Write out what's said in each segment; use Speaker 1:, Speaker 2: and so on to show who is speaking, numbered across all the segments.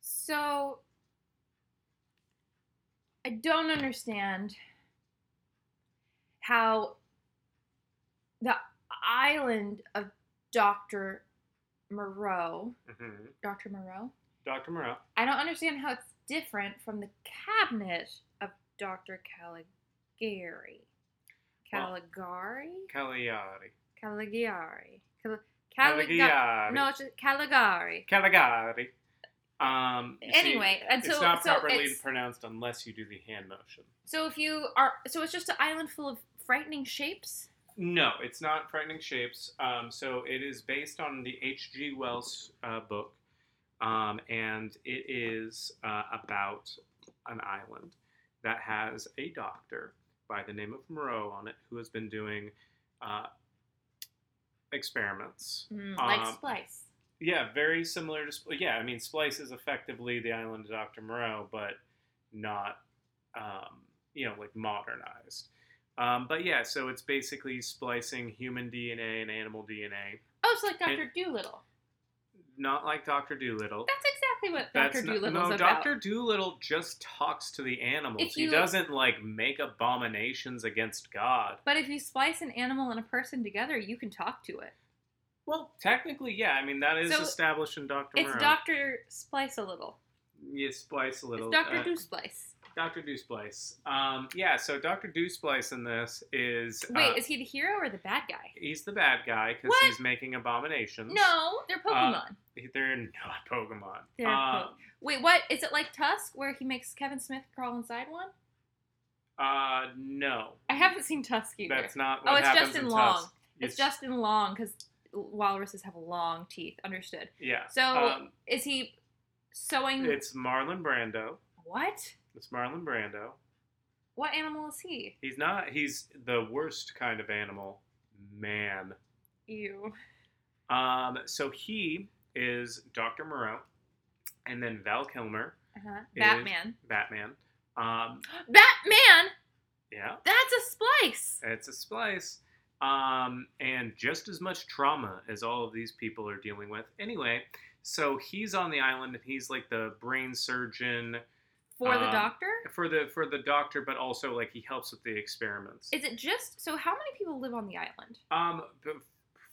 Speaker 1: So I don't understand how the island of Dr. Moreau,
Speaker 2: hmm
Speaker 1: Dr. Moreau,
Speaker 2: Dr. Moreau.
Speaker 1: I don't understand how it's different from the cabinet of Dr. Caligari.
Speaker 2: Well-
Speaker 1: Caligari?
Speaker 2: Cagliari.
Speaker 1: Caligari. Cal- Caligari.
Speaker 2: Caligari.
Speaker 1: No, it's just Caligari.
Speaker 2: Caligari. Um, you see,
Speaker 1: Anyway, and so
Speaker 2: it's not
Speaker 1: so
Speaker 2: properly
Speaker 1: it's-
Speaker 2: pronounced unless you do the hand motion.
Speaker 1: So if you are, so it's just an island full of frightening shapes.
Speaker 2: No, it's not Frightening Shapes. Um, so it is based on the H.G. Wells uh, book, um, and it is uh, about an island that has a doctor by the name of Moreau on it who has been doing uh, experiments.
Speaker 1: like
Speaker 2: Um,
Speaker 1: Splice.
Speaker 2: Yeah, very similar to Spl- yeah. I mean, Splice is effectively the island of Doctor Moreau, but not um, you know like modernized. Um, but yeah, so it's basically splicing human DNA and animal DNA,
Speaker 1: Oh, it's like Doctor Doolittle.
Speaker 2: not like Doctor Doolittle.
Speaker 1: That's exactly what
Speaker 2: That's
Speaker 1: Doctor
Speaker 2: not-
Speaker 1: Doolittle's
Speaker 2: no,
Speaker 1: about.
Speaker 2: Doctor Doolittle just talks to the
Speaker 1: If
Speaker 2: animals.
Speaker 1: you-
Speaker 2: He doesn't like make abominations against God.
Speaker 1: But if you splice an animal and a person together, you can talk to it.
Speaker 2: Well, technically, yeah. I mean, that is
Speaker 1: So
Speaker 2: established in Doctor
Speaker 1: It's
Speaker 2: Moreau.
Speaker 1: Doctor Splice a little.
Speaker 2: you splice a little.
Speaker 1: It's Doctor
Speaker 2: uh,
Speaker 1: Do Splice.
Speaker 2: Dr. Deuceblice. Um, yeah, so Dr. Deuceblice in this is. uh,
Speaker 1: Wait, is he the hero or the bad guy?
Speaker 2: he's the bad guy because
Speaker 1: What?
Speaker 2: he's making abominations.
Speaker 1: No, they're
Speaker 2: Uh,
Speaker 1: Pokemon.
Speaker 2: They're not Pokemon.
Speaker 1: they're
Speaker 2: um,
Speaker 1: po- Wait, what is it like Tusk, where he makes Kevin Smith crawl inside one?
Speaker 2: uh, no.
Speaker 1: I haven't seen Tusk either.
Speaker 2: That's not
Speaker 1: oh,
Speaker 2: what
Speaker 1: it's
Speaker 2: happens
Speaker 1: Justin
Speaker 2: in
Speaker 1: Long.
Speaker 2: Tusk.
Speaker 1: It's, Justin Long because walruses have long teeth. Understood.
Speaker 2: Yeah.
Speaker 1: So mm.
Speaker 2: Um,
Speaker 1: is he sewing?
Speaker 2: it's Marlon Brando.
Speaker 1: what?
Speaker 2: It's Marlon Brando.
Speaker 1: What animal is he?
Speaker 2: He's not. He's the worst kind of animal. Man.
Speaker 1: Ew.
Speaker 2: Um, so he is Dr. Moreau. And then Val Kilmer,
Speaker 1: Uh-huh.
Speaker 2: It is-
Speaker 1: Batman.
Speaker 2: Batman. Um,
Speaker 1: Batman.
Speaker 2: yeah.
Speaker 1: That's a splice.
Speaker 2: It's a splice. Um, and just as much trauma as all of these people are dealing with. Anyway, so he's on the island and he's like the brain surgeon
Speaker 1: For the
Speaker 2: Um,
Speaker 1: doctor.
Speaker 2: for the for the doctor, but also like he helps with the experiments.
Speaker 1: Is it just so? How many people live on the island?
Speaker 2: um, b-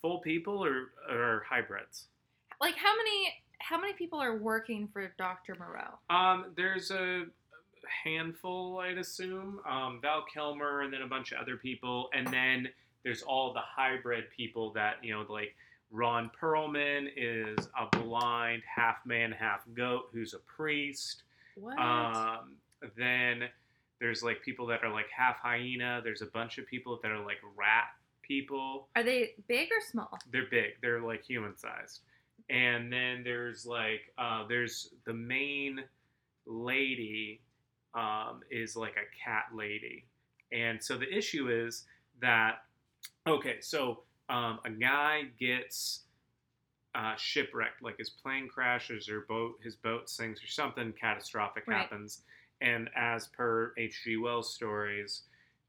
Speaker 2: full people or or hybrids?
Speaker 1: Like how many? How many people are working for Doctor Moreau?
Speaker 2: Um, there's a handful, I'd assume. Um, Val Kilmer and then a bunch of other people, and then there's all the hybrid people that you know, like Ron Perlman is a blind half man, half goat who's a priest.
Speaker 1: What?
Speaker 2: Um, then there's like people that are like half hyena. There's a bunch of people that are like rat people.
Speaker 1: are they big or small?
Speaker 2: They're big. They're like human sized. And then there's like uh, there's the main lady um, is like a cat lady. And so the issue is that okay, so um, a guy gets uh, shipwrecked, like his plane crashes or boat his boat sinks or something catastrophic
Speaker 1: Right.
Speaker 2: happens. And as per H.G. Wells stories,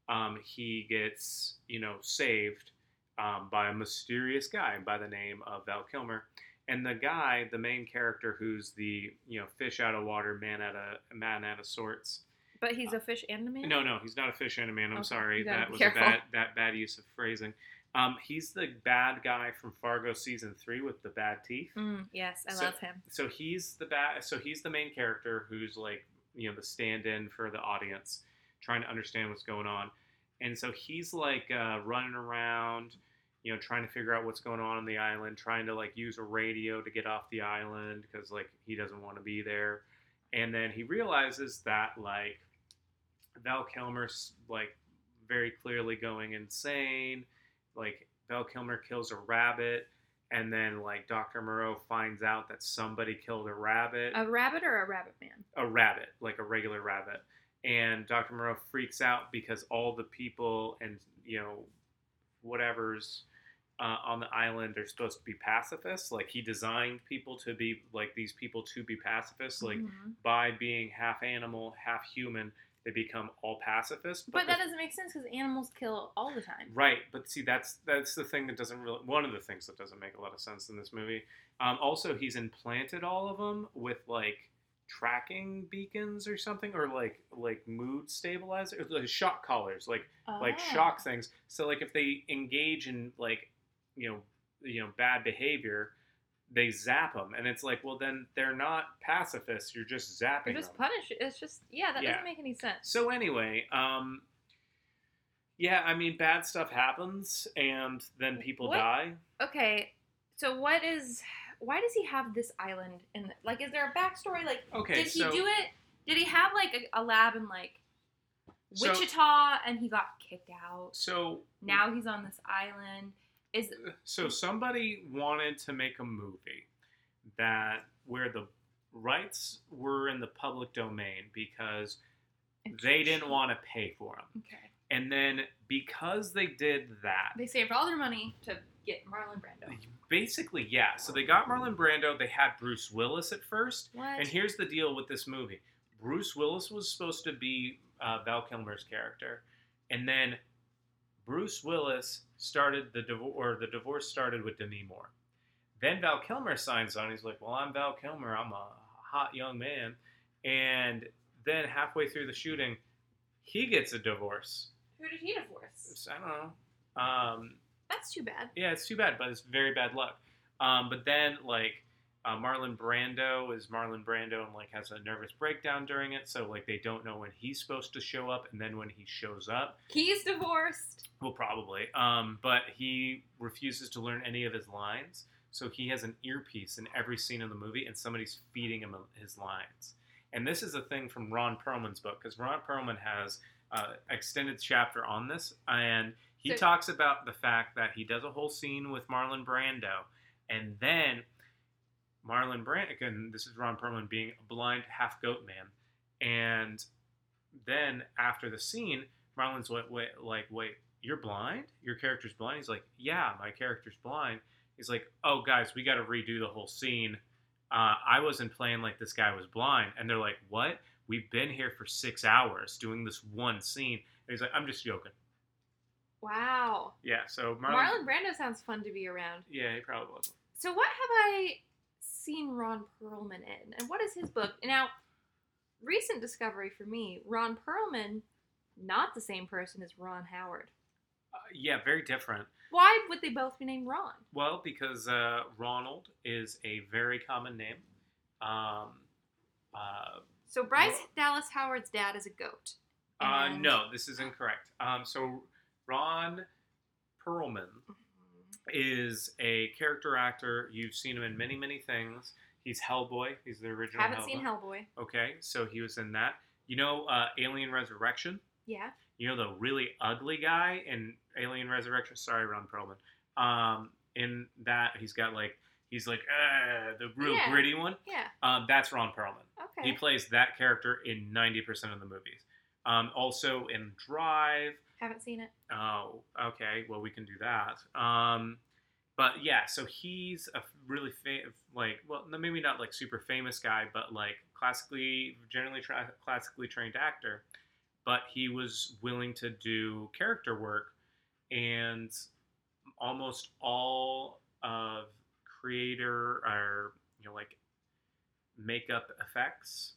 Speaker 2: um, he gets you know saved um, by a mysterious guy by the name of Val Kilmer. And the guy, the main character, who's the you know fish out of water, man out of man out of sorts.
Speaker 1: But he's a fish and a man.
Speaker 2: No, no, he's not a fish and a man. I'm
Speaker 1: Okay,
Speaker 2: sorry,
Speaker 1: you gotta
Speaker 2: that
Speaker 1: be
Speaker 2: was
Speaker 1: careful.
Speaker 2: a bad that bad use of phrasing. Um, he's the bad guy from Fargo season three with the bad teeth.
Speaker 1: Mm, yes, I
Speaker 2: So-
Speaker 1: love him.
Speaker 2: So he's the bad. So he's the main character who's like you know the stand-in for the audience, trying to understand what's going on. And so he's like uh, running around, you know, trying to figure out what's going on on the island, trying to like use a radio to get off the island because like he doesn't want to be there. And then he realizes that like Val Kilmer's like very clearly going insane. Like Val Kilmer kills a rabbit, and then like Dr. Moreau finds out that somebody killed a rabbit,
Speaker 1: A rabbit or a rabbit man?
Speaker 2: a rabbit, like a regular rabbit. And Dr. Moreau freaks out because all the people and you know whatever's uh, on the island are supposed to be pacifists. Like he designed people to be like these people to be pacifists. Like
Speaker 1: Mhm.
Speaker 2: by being half animal, half human, they become all pacifist.
Speaker 1: But
Speaker 2: the-
Speaker 1: that doesn't make sense because animals kill all the time.
Speaker 2: right. But see, that's that's the thing that doesn't really one of the things that doesn't make a lot of sense in this movie. Um, also, he's implanted all of them with like tracking beacons or something, or like like mood stabilizers, like shock collars, like like
Speaker 1: Oh.
Speaker 2: shock things. So like if they engage in like you know you know bad behavior, they zap them, and it's like well then they're not pacifists. You're just zapping
Speaker 1: You're just
Speaker 2: them.
Speaker 1: punished. It's just yeah, that
Speaker 2: Yeah.
Speaker 1: doesn't make any sense.
Speaker 2: So anyway, um, yeah, I mean bad stuff happens, and then people
Speaker 1: What-
Speaker 2: die.
Speaker 1: Okay, so what is? Why does he have this island? And like, is there a backstory? Like,
Speaker 2: Okay,
Speaker 1: did he
Speaker 2: so
Speaker 1: do it? Did he have like a, a lab in like
Speaker 2: So-
Speaker 1: Wichita and he got kicked out?
Speaker 2: so
Speaker 1: Now he's on this island. Is
Speaker 2: so somebody wanted to make a movie that where the rights were in the public domain because they didn't want to pay for them.
Speaker 1: Okay,
Speaker 2: And then because they did that,
Speaker 1: they saved all their money to get Marlon Brando.
Speaker 2: basically yeah, so they got Marlon Brando, they had Bruce Willis at first.
Speaker 1: What?
Speaker 2: And here's the deal with this movie. Bruce Willis was supposed to be uh, Val Kilmer's character, and then Bruce Willis started the divorce, or the divorce started with Demi Moore. Then Val Kilmer signs on. He's like, "Well, I'm Val Kilmer. I'm a hot young man." And then halfway through the shooting, he gets a divorce.
Speaker 1: Who did he divorce?
Speaker 2: It's- I don't know. Um,
Speaker 1: That's too bad.
Speaker 2: yeah, it's too bad, but it's very bad luck. Um, but then like uh, Marlon Brando is Marlon Brando and like has a nervous breakdown during it, so like they don't know when he's supposed to show up, and then when he shows up,
Speaker 1: He's divorced.
Speaker 2: well, probably. Um, but he refuses to learn any of his lines, so he has an earpiece in every scene of the movie, and somebody's feeding him uh, his lines. And this is a thing from Ron Perlman's book because Ron Perlman has uh, extended chapter on this, and he
Speaker 1: So-
Speaker 2: talks about the fact that he does a whole scene with Marlon Brando, and then Marlon Brando, again, this is Ron Perlman being a blind half goat man, and then after the scene, Marlon's like, wait, like, wait, you're blind? Your character's blind? He's like, yeah, my character's blind. He's like, oh, guys, we got to redo the whole scene. Uh, I wasn't playing like this guy was blind. And they're like, what? We've been here for six hours doing this one scene. And he's like, I'm just joking.
Speaker 1: Wow.
Speaker 2: Yeah, so Marlon.
Speaker 1: Marlon Brando sounds fun to be around.
Speaker 2: Yeah, he probably was.
Speaker 1: So what have I seen Ron Perlman in? And what is his book? Now, recent discovery for me, Ron Perlman, not the same person as Ron Howard.
Speaker 2: Uh, yeah, very different.
Speaker 1: Why would they both be named Ron?
Speaker 2: Well, because uh, Ronald is a very common name. Um, uh,
Speaker 1: So Bryce
Speaker 2: Ro-
Speaker 1: Dallas Howard's dad is a goat.
Speaker 2: uh,
Speaker 1: And-
Speaker 2: no, this is incorrect. Um, so Ron Perlman
Speaker 1: mm-hmm,
Speaker 2: is a character actor. You've seen him in many, many things. He's Hellboy. He's the original.
Speaker 1: Haven't
Speaker 2: Hellboy.
Speaker 1: seen Hellboy.
Speaker 2: Okay, so he was in that. You know, uh, Alien Resurrection.
Speaker 1: Yeah.
Speaker 2: You know the really ugly guy in Alien Resurrection. Sorry, Ron Perlman. Um, in that he's got like he's like "Ah," the real
Speaker 1: Yeah.
Speaker 2: gritty one.
Speaker 1: Yeah.
Speaker 2: Um, that's Ron Perlman.
Speaker 1: Okay.
Speaker 2: He plays that character in ninety percent of the movies. Um, also in Drive.
Speaker 1: Haven't seen it.
Speaker 2: Oh, okay. Well, we can do that. Um, but yeah, so he's a really fa- like well, no, maybe not like super famous guy, but like classically, generally tra- classically trained actor. But he was willing to do character work, and almost all of creator or you know like makeup effects.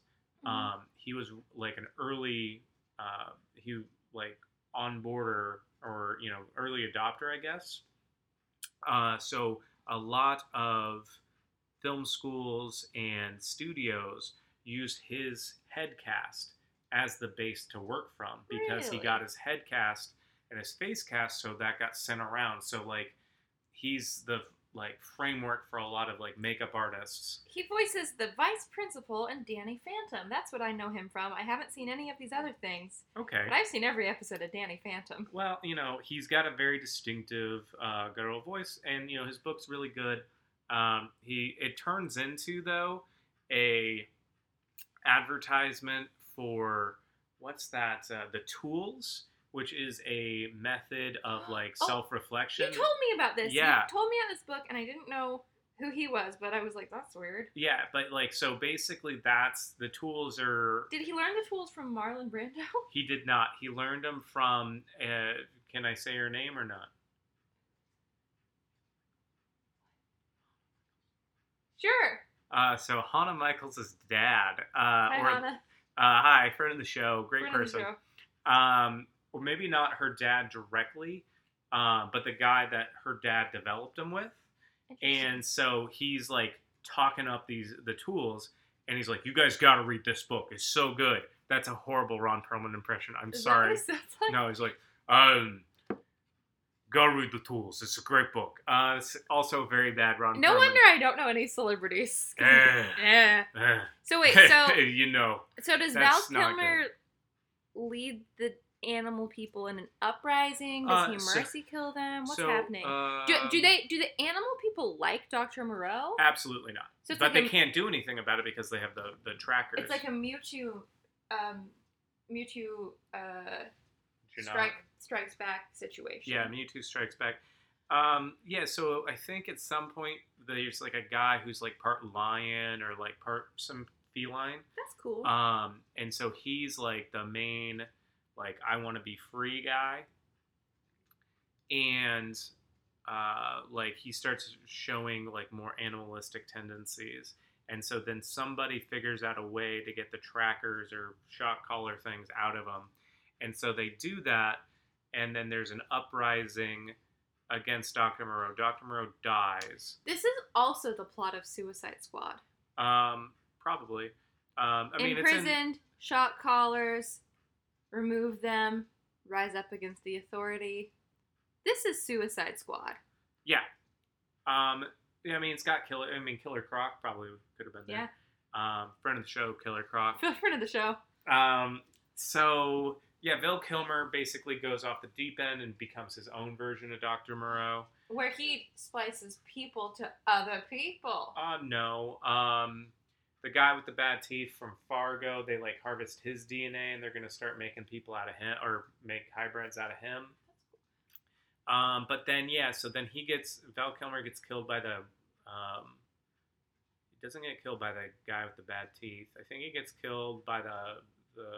Speaker 1: Mm-hmm.
Speaker 2: Um, he was like an early, uh, he like on border or you know early adopter, I guess. Uh, so a lot of film schools and studios use his head cast as the base to work from because he
Speaker 1: Really?
Speaker 2: got his head cast and his face cast, so that got sent around. So like he's the like framework for a lot of like makeup artists.
Speaker 1: he voices the vice principal in Danny Phantom. That's what I know him from. I haven't seen any of these other things,
Speaker 2: Okay.
Speaker 1: but I've seen every episode of Danny Phantom.
Speaker 2: Well, you know, he's got a very distinctive uh, good old voice, and you know his book's really good. Um, he it turns into though a advertisement for what's that? Uh, the tools, which is a method of like
Speaker 1: Oh,
Speaker 2: self reflection.
Speaker 1: You told me about this.
Speaker 2: Yeah.
Speaker 1: You told me about this book, and I didn't know who he was, but I was like, that's weird.
Speaker 2: yeah, but like so basically, that's the tools are.
Speaker 1: Did he learn the tools from Marlon Brando?
Speaker 2: He did not. He learned them from. Uh, can I say her name or not?
Speaker 1: Sure.
Speaker 2: Uh, so Hannah Michaels' is dad, uh,
Speaker 1: Hi,
Speaker 2: or
Speaker 1: Hannah.
Speaker 2: Uh, hi, friend of the show, great
Speaker 1: Friend of the
Speaker 2: person.
Speaker 1: show.
Speaker 2: Um, or maybe not her dad directly, uh, but the guy that her dad developed him with.
Speaker 1: Interesting.
Speaker 2: And so he's like talking up these the tools, and he's like, "You guys got to read this book. It's so good." That's a horrible Ron Perlman impression. I'm
Speaker 1: Is that what
Speaker 2: sorry.
Speaker 1: it sounds like?
Speaker 2: No, he's like, um, go read the tools. It's a great book. Uh, it's also very bad Ron.
Speaker 1: No
Speaker 2: Perlman.
Speaker 1: wonder I don't know any celebrities.
Speaker 2: Eh.
Speaker 1: yeah.
Speaker 2: Eh.
Speaker 1: So wait, so
Speaker 2: you know,
Speaker 1: so does Val
Speaker 2: That's not
Speaker 1: Kilmer lead the animal people in an uprising?
Speaker 2: Uh,
Speaker 1: Does
Speaker 2: so-
Speaker 1: he mercy kill them? What's
Speaker 2: so, uh, um,
Speaker 1: happening? do, do they do the animal people like Dr. Moreau?
Speaker 2: Absolutely not.
Speaker 1: So it's
Speaker 2: uh,
Speaker 1: like
Speaker 2: but they
Speaker 1: a-
Speaker 2: can't do anything about it because they have the the trackers.
Speaker 1: It's like a Mewtwo, um, Mewtwo uh,
Speaker 2: You're not-
Speaker 1: strike strikes back situation.
Speaker 2: Yeah, Mewtwo Strikes Back. Um, yeah, so I think at some point there's like a guy who's like part lion or like part some feline.
Speaker 1: that's cool.
Speaker 2: Um, and so he's like the main, like I want to be free guy, and uh, like he starts showing like more animalistic tendencies. And so then somebody figures out a way to get the trackers or shock collar things out of him, and so they do that. And then there's an uprising against Dr. Moreau. Dr. Moreau dies.
Speaker 1: this is also the plot of Suicide Squad.
Speaker 2: Um, probably. Um, I mean, it's in-
Speaker 1: Imprisoned, shot collars, remove them, rise up against the authority. This is Suicide Squad.
Speaker 2: Yeah. Um, yeah, I mean, it's got Killer. I mean, Killer Croc probably could have been there. Yeah. Um, friend of the show, Killer Croc.
Speaker 1: Feel friend of the show.
Speaker 2: Um, so yeah, Bill Kilmer basically goes off the deep end and becomes his own version of Doctor Moreau.
Speaker 1: Where he splices people to other people.
Speaker 2: Uh, no. Um, the guy with the bad teeth from Fargo, they like harvest his DNA and they're gonna start making people out of him or make hybrids out of him. Um, but then yeah, so then he gets Val Kilmer gets killed by the um, he doesn't get killed by the guy with the bad teeth. I think he gets killed by the the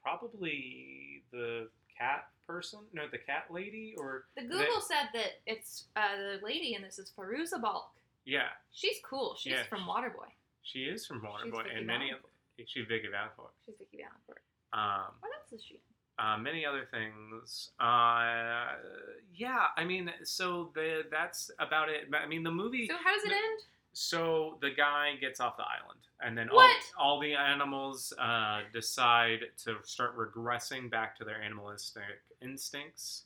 Speaker 2: probably the cat person, no, the cat lady or
Speaker 1: The Google said that it's uh, the lady, and this is Faruza Balk.
Speaker 2: yeah,
Speaker 1: She's cool. She's
Speaker 2: Yeah.
Speaker 1: from Waterboy.
Speaker 2: she is from
Speaker 1: She's
Speaker 2: Waterboy
Speaker 1: Vicky
Speaker 2: and many
Speaker 1: Valancourt.
Speaker 2: she's Vicky Valancourt.
Speaker 1: She's Vicky Valancourt.
Speaker 2: Um,
Speaker 1: What else is she? in?
Speaker 2: uh, many other things. Uh, yeah, I mean, so the that's about it. I mean, the movie.
Speaker 1: So how does it
Speaker 2: No.
Speaker 1: end?
Speaker 2: So the guy gets off the island, and then
Speaker 1: What?
Speaker 2: all all the animals uh, decide to start regressing back to their animalistic instincts.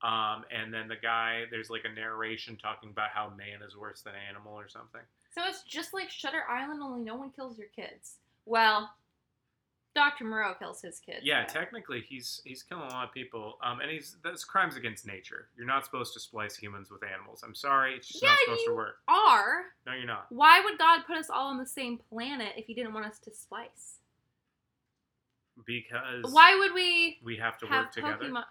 Speaker 2: Um, and then the guy, there's like a narration talking about how man is worse than animal or something.
Speaker 1: So it's just like Shutter Island, only no one kills your kids. Well, Dr. Moreau kills his kids.
Speaker 2: Yeah,
Speaker 1: but-
Speaker 2: technically he's he's killing a lot of people, um, and he's that's crimes against nature. You're not supposed to splice humans with animals. I'm sorry, it's just
Speaker 1: Yeah,
Speaker 2: not supposed
Speaker 1: you-
Speaker 2: to work.
Speaker 1: are.
Speaker 2: No, you're not.
Speaker 1: Why would God put us all on the same planet if He didn't want us to splice?
Speaker 2: Because
Speaker 1: Why would we
Speaker 2: we have to
Speaker 1: have
Speaker 2: work together.
Speaker 1: Pokemon?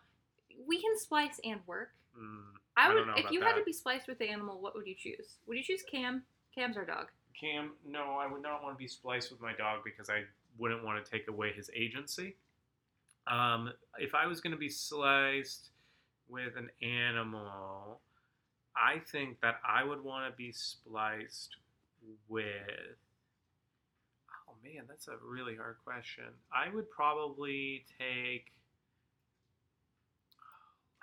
Speaker 1: We can splice and work.
Speaker 2: Mm, I
Speaker 1: I
Speaker 2: don't
Speaker 1: would.
Speaker 2: know
Speaker 1: if
Speaker 2: about
Speaker 1: you had
Speaker 2: that.
Speaker 1: to be spliced with the animal, what would you choose? Would you choose Cam? Cam's our dog.
Speaker 2: Cam, no, I would not want to be spliced with my dog because I wouldn't want to take away his agency. Um, if I was going to be sliced with an animal, I think that I would want to be spliced with. Oh man, that's a really hard question. I would probably take.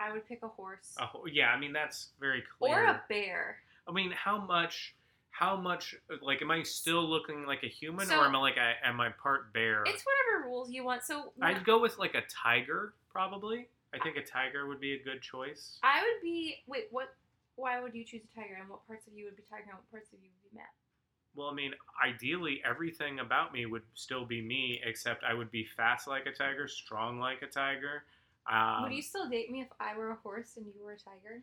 Speaker 1: I would pick a horse
Speaker 2: A, ho- yeah, I mean that's very clear.
Speaker 1: or a bear.
Speaker 2: I mean, how much? How much? Like, am I still looking like a human,
Speaker 1: So-
Speaker 2: or am I like I am I part bear?
Speaker 1: It's whatever rules you want. So I,
Speaker 2: I'd go with like a tiger, probably. I think a tiger would be a good choice.
Speaker 1: I would be. Wait, what? Why would you choose a tiger? And what parts of you would be tiger? And what parts of you would be Matt?
Speaker 2: Well, I mean, ideally, everything about me would still be me, except I would be fast like a tiger, strong like a tiger. Um,
Speaker 1: would you still date me if I were a horse and you were a tiger?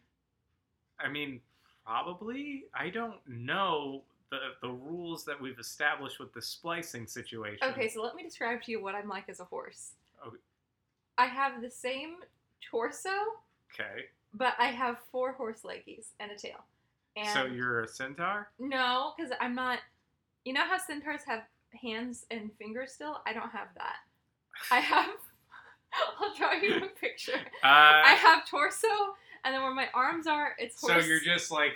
Speaker 2: I mean, probably. I don't know the the rules that we've established with the splicing situation.
Speaker 1: Okay, so let me describe to you what I'm like as a horse.
Speaker 2: Okay.
Speaker 1: I have the same torso,
Speaker 2: Okay.
Speaker 1: but I have four horse leggies and a tail. And
Speaker 2: So you're a centaur.
Speaker 1: no, because I'm not. You know how centaurs have hands and fingers still? I don't have that. I have. I'll draw you a picture.
Speaker 2: Uh,
Speaker 1: I have torso, and then where my arms are, it's
Speaker 2: So
Speaker 1: horse.
Speaker 2: you're just like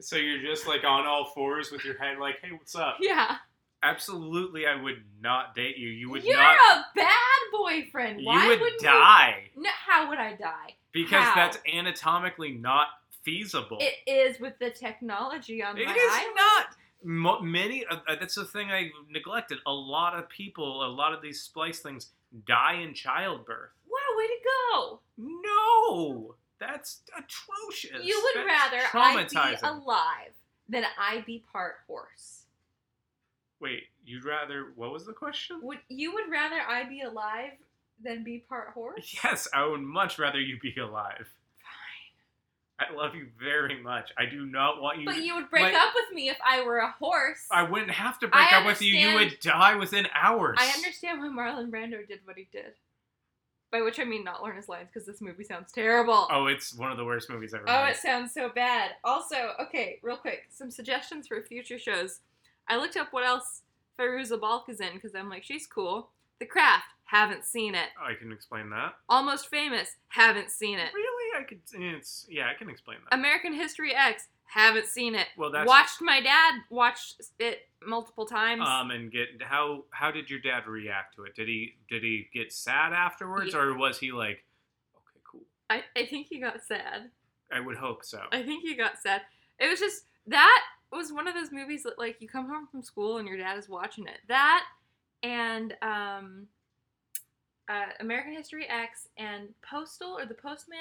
Speaker 2: So you're just like on all fours with your head, like, hey, what's up?
Speaker 1: Yeah.
Speaker 2: Absolutely, I would not date you. You would
Speaker 1: You're
Speaker 2: not.
Speaker 1: a bad boyfriend. Why
Speaker 2: you would
Speaker 1: wouldn't we-
Speaker 2: die
Speaker 1: No, how would I die?
Speaker 2: because
Speaker 1: How?
Speaker 2: that's anatomically not feasible.
Speaker 1: It um, is with the technology on
Speaker 2: It
Speaker 1: my
Speaker 2: is
Speaker 1: eye.
Speaker 2: not. Mo- many. Uh, uh, that's the thing I neglected. A lot of people, a lot of these splice things, die in childbirth.
Speaker 1: Wow, way to go.
Speaker 2: No, that's atrocious.
Speaker 1: you would rather
Speaker 2: That's
Speaker 1: I be
Speaker 2: traumatizing.
Speaker 1: alive than I be part horse.
Speaker 2: Wait, you'd rather? What was the question?
Speaker 1: Would you would rather I be alive than be part horse?
Speaker 2: Yes, I would much rather you be alive.
Speaker 1: Fine.
Speaker 2: I love you very much. I do not want you.
Speaker 1: But you would break
Speaker 2: like-
Speaker 1: up with me if I were a horse.
Speaker 2: I wouldn't have to break
Speaker 1: I
Speaker 2: up with you. You
Speaker 1: understand-
Speaker 2: would die within hours.
Speaker 1: I understand why Marlon Brando did what he did. By which I mean not learn his lines because this movie sounds terrible.
Speaker 2: Oh, it's one of the worst movies ever.
Speaker 1: Oh,
Speaker 2: made.
Speaker 1: it sounds so bad. Also, okay, real quick, some suggestions for future shows. I looked up what else Feruza Balk is in because I'm like, she's cool. The Craft, haven't seen it.
Speaker 2: I can explain that.
Speaker 1: Almost Famous, haven't seen it. Um,
Speaker 2: Really, I could. It's yeah, I can explain that.
Speaker 1: American History X, haven't seen it.
Speaker 2: well, that's
Speaker 1: Watched my dad watch it multiple times.
Speaker 2: um and get how how did your dad react to it? Did he did he get sad afterwards,
Speaker 1: Yeah.
Speaker 2: or was he like, okay, cool?
Speaker 1: I, I think he got sad.
Speaker 2: I would hope so.
Speaker 1: I think he got sad. It was just that was one of those movies that like you come home from school and your dad is watching it. That and um uh, American History X and Postal or The Postman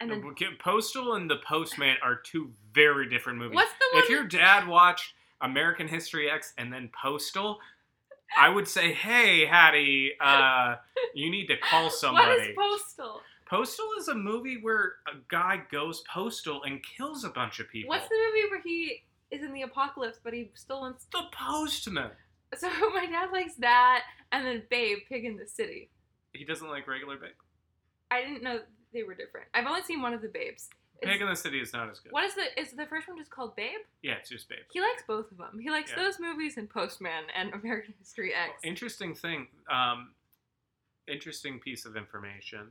Speaker 1: and then
Speaker 2: Okay, Postal and The Postman are two very different movies.
Speaker 1: what's the one
Speaker 2: if your dad watched American History X and then Postal, I would say, hey, Hattie, uh, you need to call somebody.
Speaker 1: What is Postal?
Speaker 2: Postal is a movie where a guy goes postal and kills a bunch of people.
Speaker 1: What's the movie where he is in the apocalypse but he still wants
Speaker 2: the postman?
Speaker 1: so my dad likes that and then Babe Pig in the City.
Speaker 2: He doesn't like regular Pig.
Speaker 1: I didn't know they were different. I've only seen one of the Babes. It's-
Speaker 2: Pig in the City is not as good.
Speaker 1: what is the is the first one just called Babe?
Speaker 2: Yeah, it's just Babe.
Speaker 1: He likes both of them. He likes
Speaker 2: Yeah.
Speaker 1: those movies and Postman and American History X.
Speaker 2: Interesting thing. Um, interesting piece of information.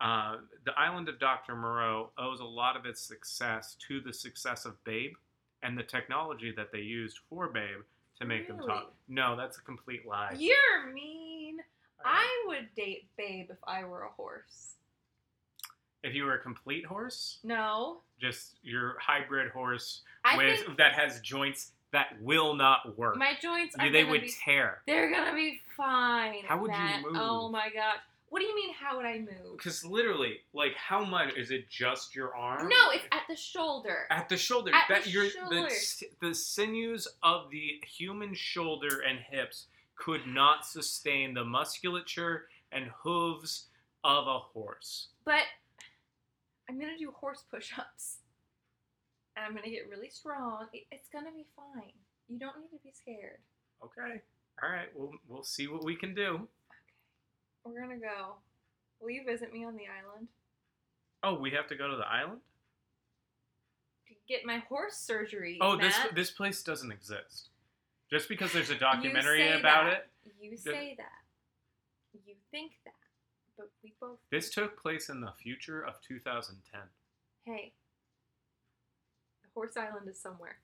Speaker 2: Uh, the island of Dr. Moreau owes a lot of its success to the success of Babe and the technology that they used for Babe to make them talk.
Speaker 1: Really?
Speaker 2: No, that's a complete lie.
Speaker 1: You're mean. I would date Babe if I were a horse.
Speaker 2: If you were a complete horse,
Speaker 1: No,
Speaker 2: just your hybrid horse
Speaker 1: I
Speaker 2: with
Speaker 1: think
Speaker 2: that has joints that will not work.
Speaker 1: my joints are
Speaker 2: You- they
Speaker 1: gonna
Speaker 2: would
Speaker 1: be.
Speaker 2: tear.
Speaker 1: They're gonna be fine.
Speaker 2: How would you
Speaker 1: Matt.
Speaker 2: move?
Speaker 1: Oh my gosh. What do you mean? How would I move?
Speaker 2: Because literally, like, how much is it? Just your arm?
Speaker 1: No, it's at the shoulder.
Speaker 2: At the shoulder.
Speaker 1: At
Speaker 2: that
Speaker 1: the
Speaker 2: your
Speaker 1: shoulder.
Speaker 2: The, s- the sinews of the human shoulder and hips could not sustain the musculature and hooves of a horse.
Speaker 1: but I'm gonna do horse push-ups, and I'm gonna get really strong. It- It's gonna be fine. You don't need to be scared.
Speaker 2: Okay. All right. We'll we'll see what we can do.
Speaker 1: Okay. We're gonna go. Will you visit me on the island?
Speaker 2: Oh, we have to go to the island.
Speaker 1: To get my horse surgery.
Speaker 2: Oh,
Speaker 1: Matt.
Speaker 2: this this place doesn't exist. Just because there's a documentary
Speaker 1: say
Speaker 2: about
Speaker 1: that.
Speaker 2: it,
Speaker 1: You
Speaker 2: Th-
Speaker 1: say that. You think that. But we both.
Speaker 2: this took place in the future of 2010.
Speaker 1: Hey. The horse island is somewhere.